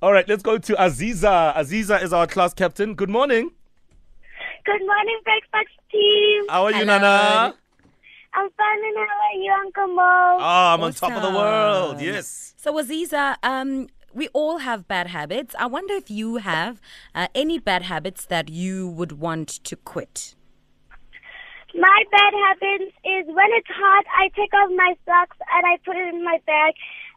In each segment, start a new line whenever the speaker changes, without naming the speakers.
All right, let's go to Aziza. Aziza is our class captain. Good morning.
Good morning, Breakfast team.
How are you,
Hello.
Nana?
I'm fine and how are you, Uncle Mo?
Ah, I'm on top of the world.
Awesome.
Yes.
So, Aziza, um, we all have bad habits. I wonder if you have uh, any bad habits that you would want to quit.
My bad habits is when it's hot, I take off my socks and I put it in my bag.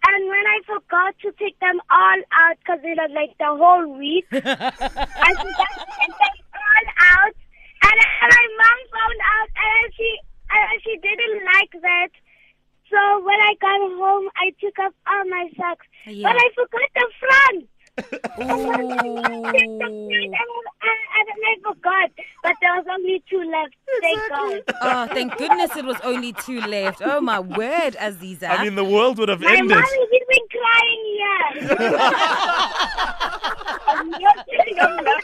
And when I forgot to take them all out, because it was like the whole week, I forgot to take them all out. And, and my mom found out and she, and she didn't like that. So when I got home, I took off all my socks.
Yeah.
But I forgot the front. I took the front
Ooh.
and, and, and I forgot. But there was only two left. Thank God.
Oh, thank goodness it was only two left. Oh, my word, Aziza.
I mean, the world would have
My
ended.
mom has been crying here. I'm not kidding, I'm not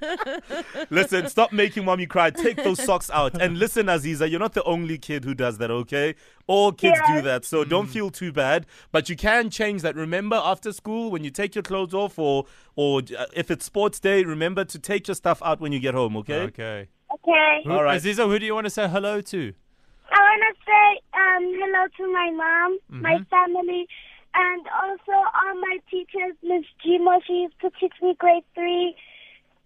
kidding.
Listen, stop making mommy cry. Take those socks out. And listen, Aziza, you're not the only kid who does that, okay? All kids do
Yeah.
that, so don't feel too bad. But you can change that. Remember, after school, when you take your clothes off, or or uh, if it's sports day, remember to take your stuff out when you get home, okay?
Okay.
Okay.
Who,
All right.
Aziza, who do you want to say hello to?
I want to say um, hello to my mom, my family, and also all my teachers, Miss Gimo. She used to teach me grade three,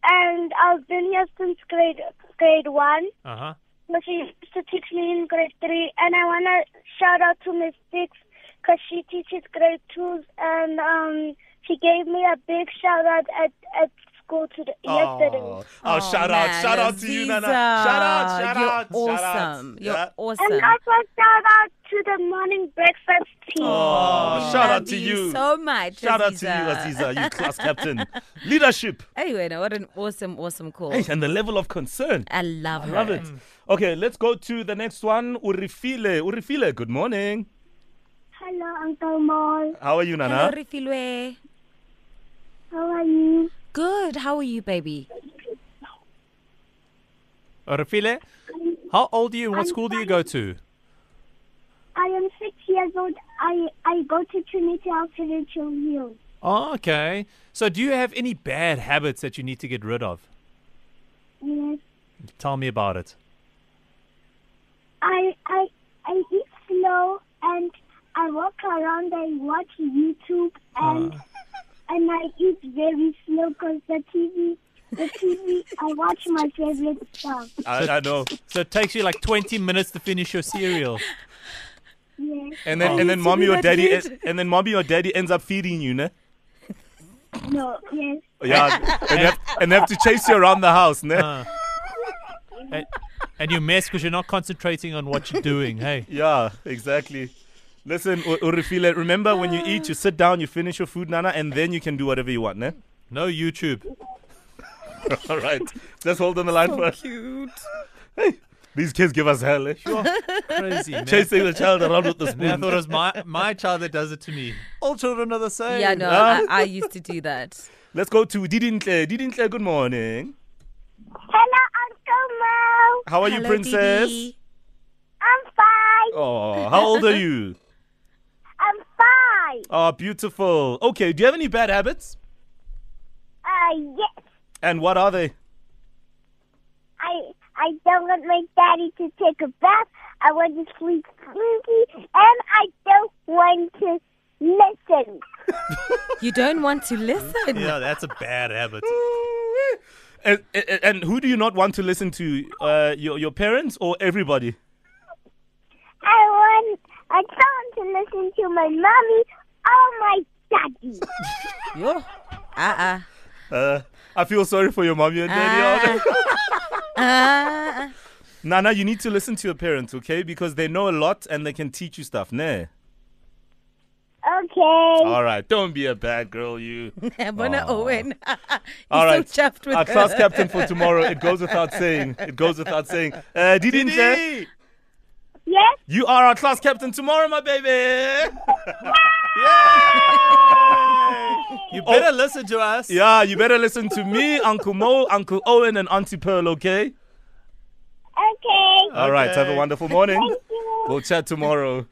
and I've been here since grade grade one.
Uh huh.
But she used to teach me in grade three, and I want to shout out to Miss Six because she teaches grade twos, and um, she gave me a big shout out at at school today yesterday.
Oh, oh, shout out,
man,
shout out to you, Nana.
Aziza,
Shout out, shout
You're
out,
awesome.
shout out.
You're
Yeah.
awesome.
And also shout out to the morning breakfast team.
Oh,
We
shout
love
out to you.
so much.
shout out to you, Aziza, you class captain. Leadership.
Anyway, no, what an awesome, awesome call.
Hey, and the level of concern.
I love her.
Love it. Okay, let's go to the next one. Urifile. Urifile, good morning.
Hello, Uncle Mo.
How are you,
Hello,
Nana?
Rifilwe.
How are you?
Good. How are you, baby?
Rafile, how old are you and what school do you go to?
I am six years old. I I go to Trinity Alfred Hill.
Oh, okay. So, do you have any bad habits that you need to get rid of?
Yes,
Tell me about it.
I I I eat slow and I walk around. I watch YouTube and and I eat very slow because the TV the TV. I watch my favorite stuff.
I, I know.
So, it takes you like 20 minutes to finish your cereal.
Yes,
And
Oh,
then and then mommy or daddy en- and then mommy or daddy ends up feeding you, ne?
no, yes.
Yeah. and, have, and have to chase you around the house, ne?
Uh, and, and you mess because you're not concentrating on what you're doing. Hey,
Yeah, exactly. Listen, U- Urifile, remember when you eat, you sit down, you finish your food, Nana, and then you can do whatever you want, ne?
no YouTube.
All right. Just hold on the line for us.
Cute.
These kids give us hell, eh?
Crazy. Man.
Chasing the child around with the
And I
spoon.
thought it was my, my child that does it to me. All children are the same.
Yeah, no, I, I used to do that.
Let's go to Didintle. Didintle, good morning.
Hello, Uncle Mo.
How are you,
Hello,
princess?
Didi.
I'm fine.
Oh, how old are you?
I'm fine.
Oh, beautiful. Okay, do you have any bad habits?
Uh, yes.
And what are they?
I I don't want my daddy to take a bath. I want to sleep sleepy, and I don't want to listen.
You don't want to listen.
Yeah, that's a bad habit.
And, and, and who do you not want to listen to? Uh, your, your parents or everybody?
I want I don't want to listen to my mommy or my daddy.
Yo. Uh-uh.
Uh, I feel sorry for your mommy and daddy.
Ah.
Uh,
Nana, you need to listen to your parents, okay? Because they know a lot and they can teach you stuff, nah?
Okay.
All right, don't be a bad girl, you.
Bona Owen. He's
Oh. All
so
right.
chuffed with
Our
her.
class captain for tomorrow, it goes without saying. It goes without saying. Uh, Didintle,
Didi!
Yes.
you are our class captain tomorrow, my baby.
You better listen to us.
Oh. Yeah, you better listen to me, Uncle Mo, Uncle Owen, and Auntie Pearl, okay?
Okay.
All right, have a
Okay.
wonderful morning.
Thank you.
We'll chat tomorrow.